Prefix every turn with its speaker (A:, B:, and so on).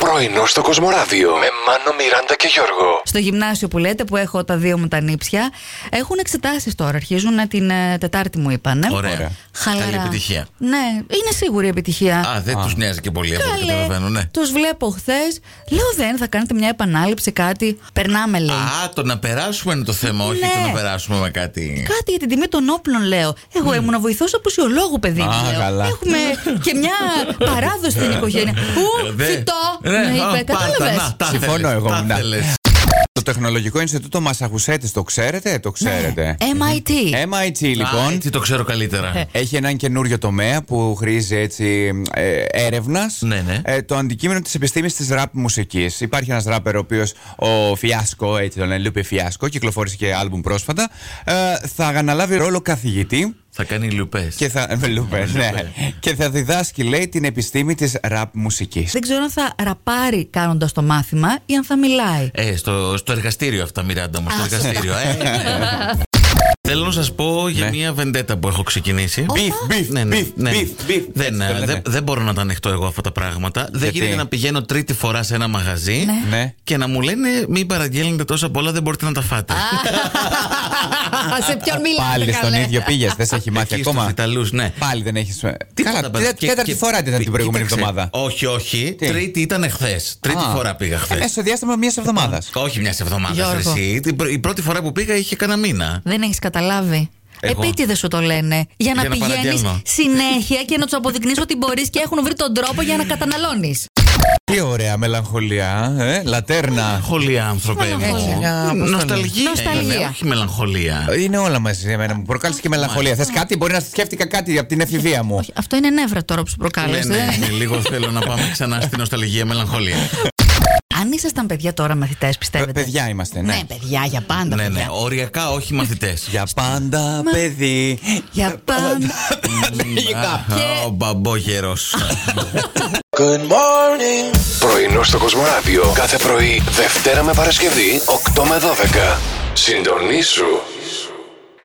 A: Πρωινό στο Κοσμοράδιο με Μάνο, Μιράντα και Γιώργο.
B: στο γυμνάσιο που λέτε, που έχω τα δύο μου τα νύψια. Έχουν εξετάσεις τώρα. Αρχίζουν ε, την ε, Τετάρτη, μου είπανε.
C: Ωραία.
B: Χαλαρά.
C: Καλή επιτυχία.
B: Ναι, είναι σίγουρη επιτυχία.
C: Α, δεν τους νοιάζει και πολύ από ό,τι καταλαβαίνω, ναι.
B: Τους βλέπω χθες. Λέω δεν, θα κάνετε μια επανάληψη, κάτι. Περνάμε, λέει.
C: Α, το να περάσουμε είναι το θέμα, όχι
B: Ε. Ναι.
C: το να περάσουμε με κάτι.
B: Κάτι για την τιμή των όπλων, λέω. Εγώ ήμουν βοηθός απουσιολόγου, παιδί μου.
D: Α,
B: λέω.
D: καλά.
B: Έχουμε και μια παράδοση στην οικογένεια. Ου,
C: Ε, Δε-
B: φυτό!
C: Ναι,
B: Ναι,
C: α,
B: είπε,
C: πάρτα,
B: κατάλαβες.
C: να, τα
D: Συμφωνώ
C: θέλες,
D: εγώ,
C: τα
D: να.
C: θέλες.
D: Το Τεχνολογικό Ινστιτούτο Μασαχουσέτης, το ξέρετε, το ξέρετε.
B: MIT.
C: Ε,
D: MIT
C: Α,
D: λοιπόν.
C: έτσι το ξέρω
B: Ε.
C: καλύτερα.
D: Έχει έναν καινούριο τομέα που χρήζει έτσι ε, έρευνας.
C: Ναι, ναι.
D: το αντικείμενο της επιστήμης της ραπ μουσικής. Υπάρχει ένας ράπερ ο οποίος, ο Φιάσκο, έτσι τον Λούπε Φιάσκο, κυκλοφόρησε και άλμπουμ πρόσφατα. Ε, θα αναλάβει ρόλο καθηγητή
C: Θα κάνει λουπές
D: και θα, με Λούπε, ναι. και θα διδάσκει, λέει, την επιστήμη της ραπ μουσικής.
B: Δεν ξέρω αν θα ραπάρει κάνοντας το μάθημα ή αν θα μιλάει.
C: Ε, στο, στο εργαστήριο αυτά, Μιράντα μου. Στο
B: Α,
C: εργαστήριο. ε, ναι. Θέλω να σας πω
D: Ναι.
C: για μια βεντέτα που έχω ξεκινήσει.
D: Μπιφ, μπιφ,
C: Ναι, ναι,
D: μπιφ,
C: ναι.
D: μπιφ, μπιφ.
C: Δεν,
D: Έτσι το
C: ε,
D: λέμε.
C: δεν- δεν μπορώ να τα ανεχτώ εγώ αυτά τα πράγματα. Δεν
D: Γιατί?
C: γίνεται να πηγαίνω τρίτη φορά σε ένα μαγαζί
D: Ναι.
C: και να μου λένε μην παραγγέλνετε τόσα πολλά, δεν μπορείτε να τα φάτε.
B: Σε ποιον μιλάτε,
D: Πάλι στον
B: καλέ?
D: ίδιο πήγες, δεν σε έχει μάθει
C: Εκεί στους
D: ακόμα.
C: Ιταλούς, ναι.
D: Πάλι δεν έχεις.
C: Τίποτα,
D: Καλά,
C: παιδιά.
D: τέταρτη- τέταρτη
C: Και-
D: φορά ήταν
C: και-
D: την προηγούμενη
C: κοίταξε.
D: εβδομάδα.
C: Όχι, όχι.
D: Τι?
C: Τρίτη ήταν εχθέ. Τρίτη
D: Α.
C: φορά πήγα χθες.
D: Ε, στο διάστημα μιας εβδομάδας.
C: Όχι μιας εβδομάδας.
B: Γιώργο.
C: Η πρώτη φορά που πήγα είχε κανένα μήνα.
B: Δεν έχεις καταλάβει.
C: Εγώ.
B: Επίτηδες σου το λένε. Για να,
C: Για να
B: πηγαίνεις
C: παραγγέλνω.
B: πηγαίνει συνέχεια και να τους αποδεικνύει ότι μπορείς και έχουν βρει τον τρόπο για να καταναλώνεις.
D: Τι ωραία μελαγχολία, ε, λατέρνα.
C: Μελαγχολία, άνθρωπε
B: Μελαγχολία. Ε,
C: μου.
D: Μια αποστολή.
C: Ε, Νοσταλγία.
B: Νοσταλγία.
C: είναι, Όχι μελαγχολία.
D: Είναι όλα μαζί για μένα. Μου προκάλεσε και μελαγχολία. Θες κάτι, μπορεί να σκέφτηκα κάτι από την εφηβεία μου.
B: Όχι, αυτό είναι νεύρα τώρα που σου
C: Ναι,
B: προκάλεσε.
C: ναι,
B: δεν
C: ναι,
B: είναι.
C: λίγο θέλω να πάμε ξανά στην νοσταλγία μελαγχολία.
B: Αν ήσασταν παιδιά τώρα μαθητές,
D: Παι-
B: πιστεύετε.
D: Παιδιά είμαστε, ναι.
B: Ναι, παιδιά, για πάντα.
C: ναι, ναι,
B: παιδιά.
C: οριακά όχι μαθητές.
D: Για πάντα, παιδί.
B: Για πάντα.
C: Ο μπαμπόγερος.
A: Πρωινό στο Κοσμοράδιο κάθε πρωί, Δευτέρα με Παρασκευή, 8 με 12. Συντονίσου.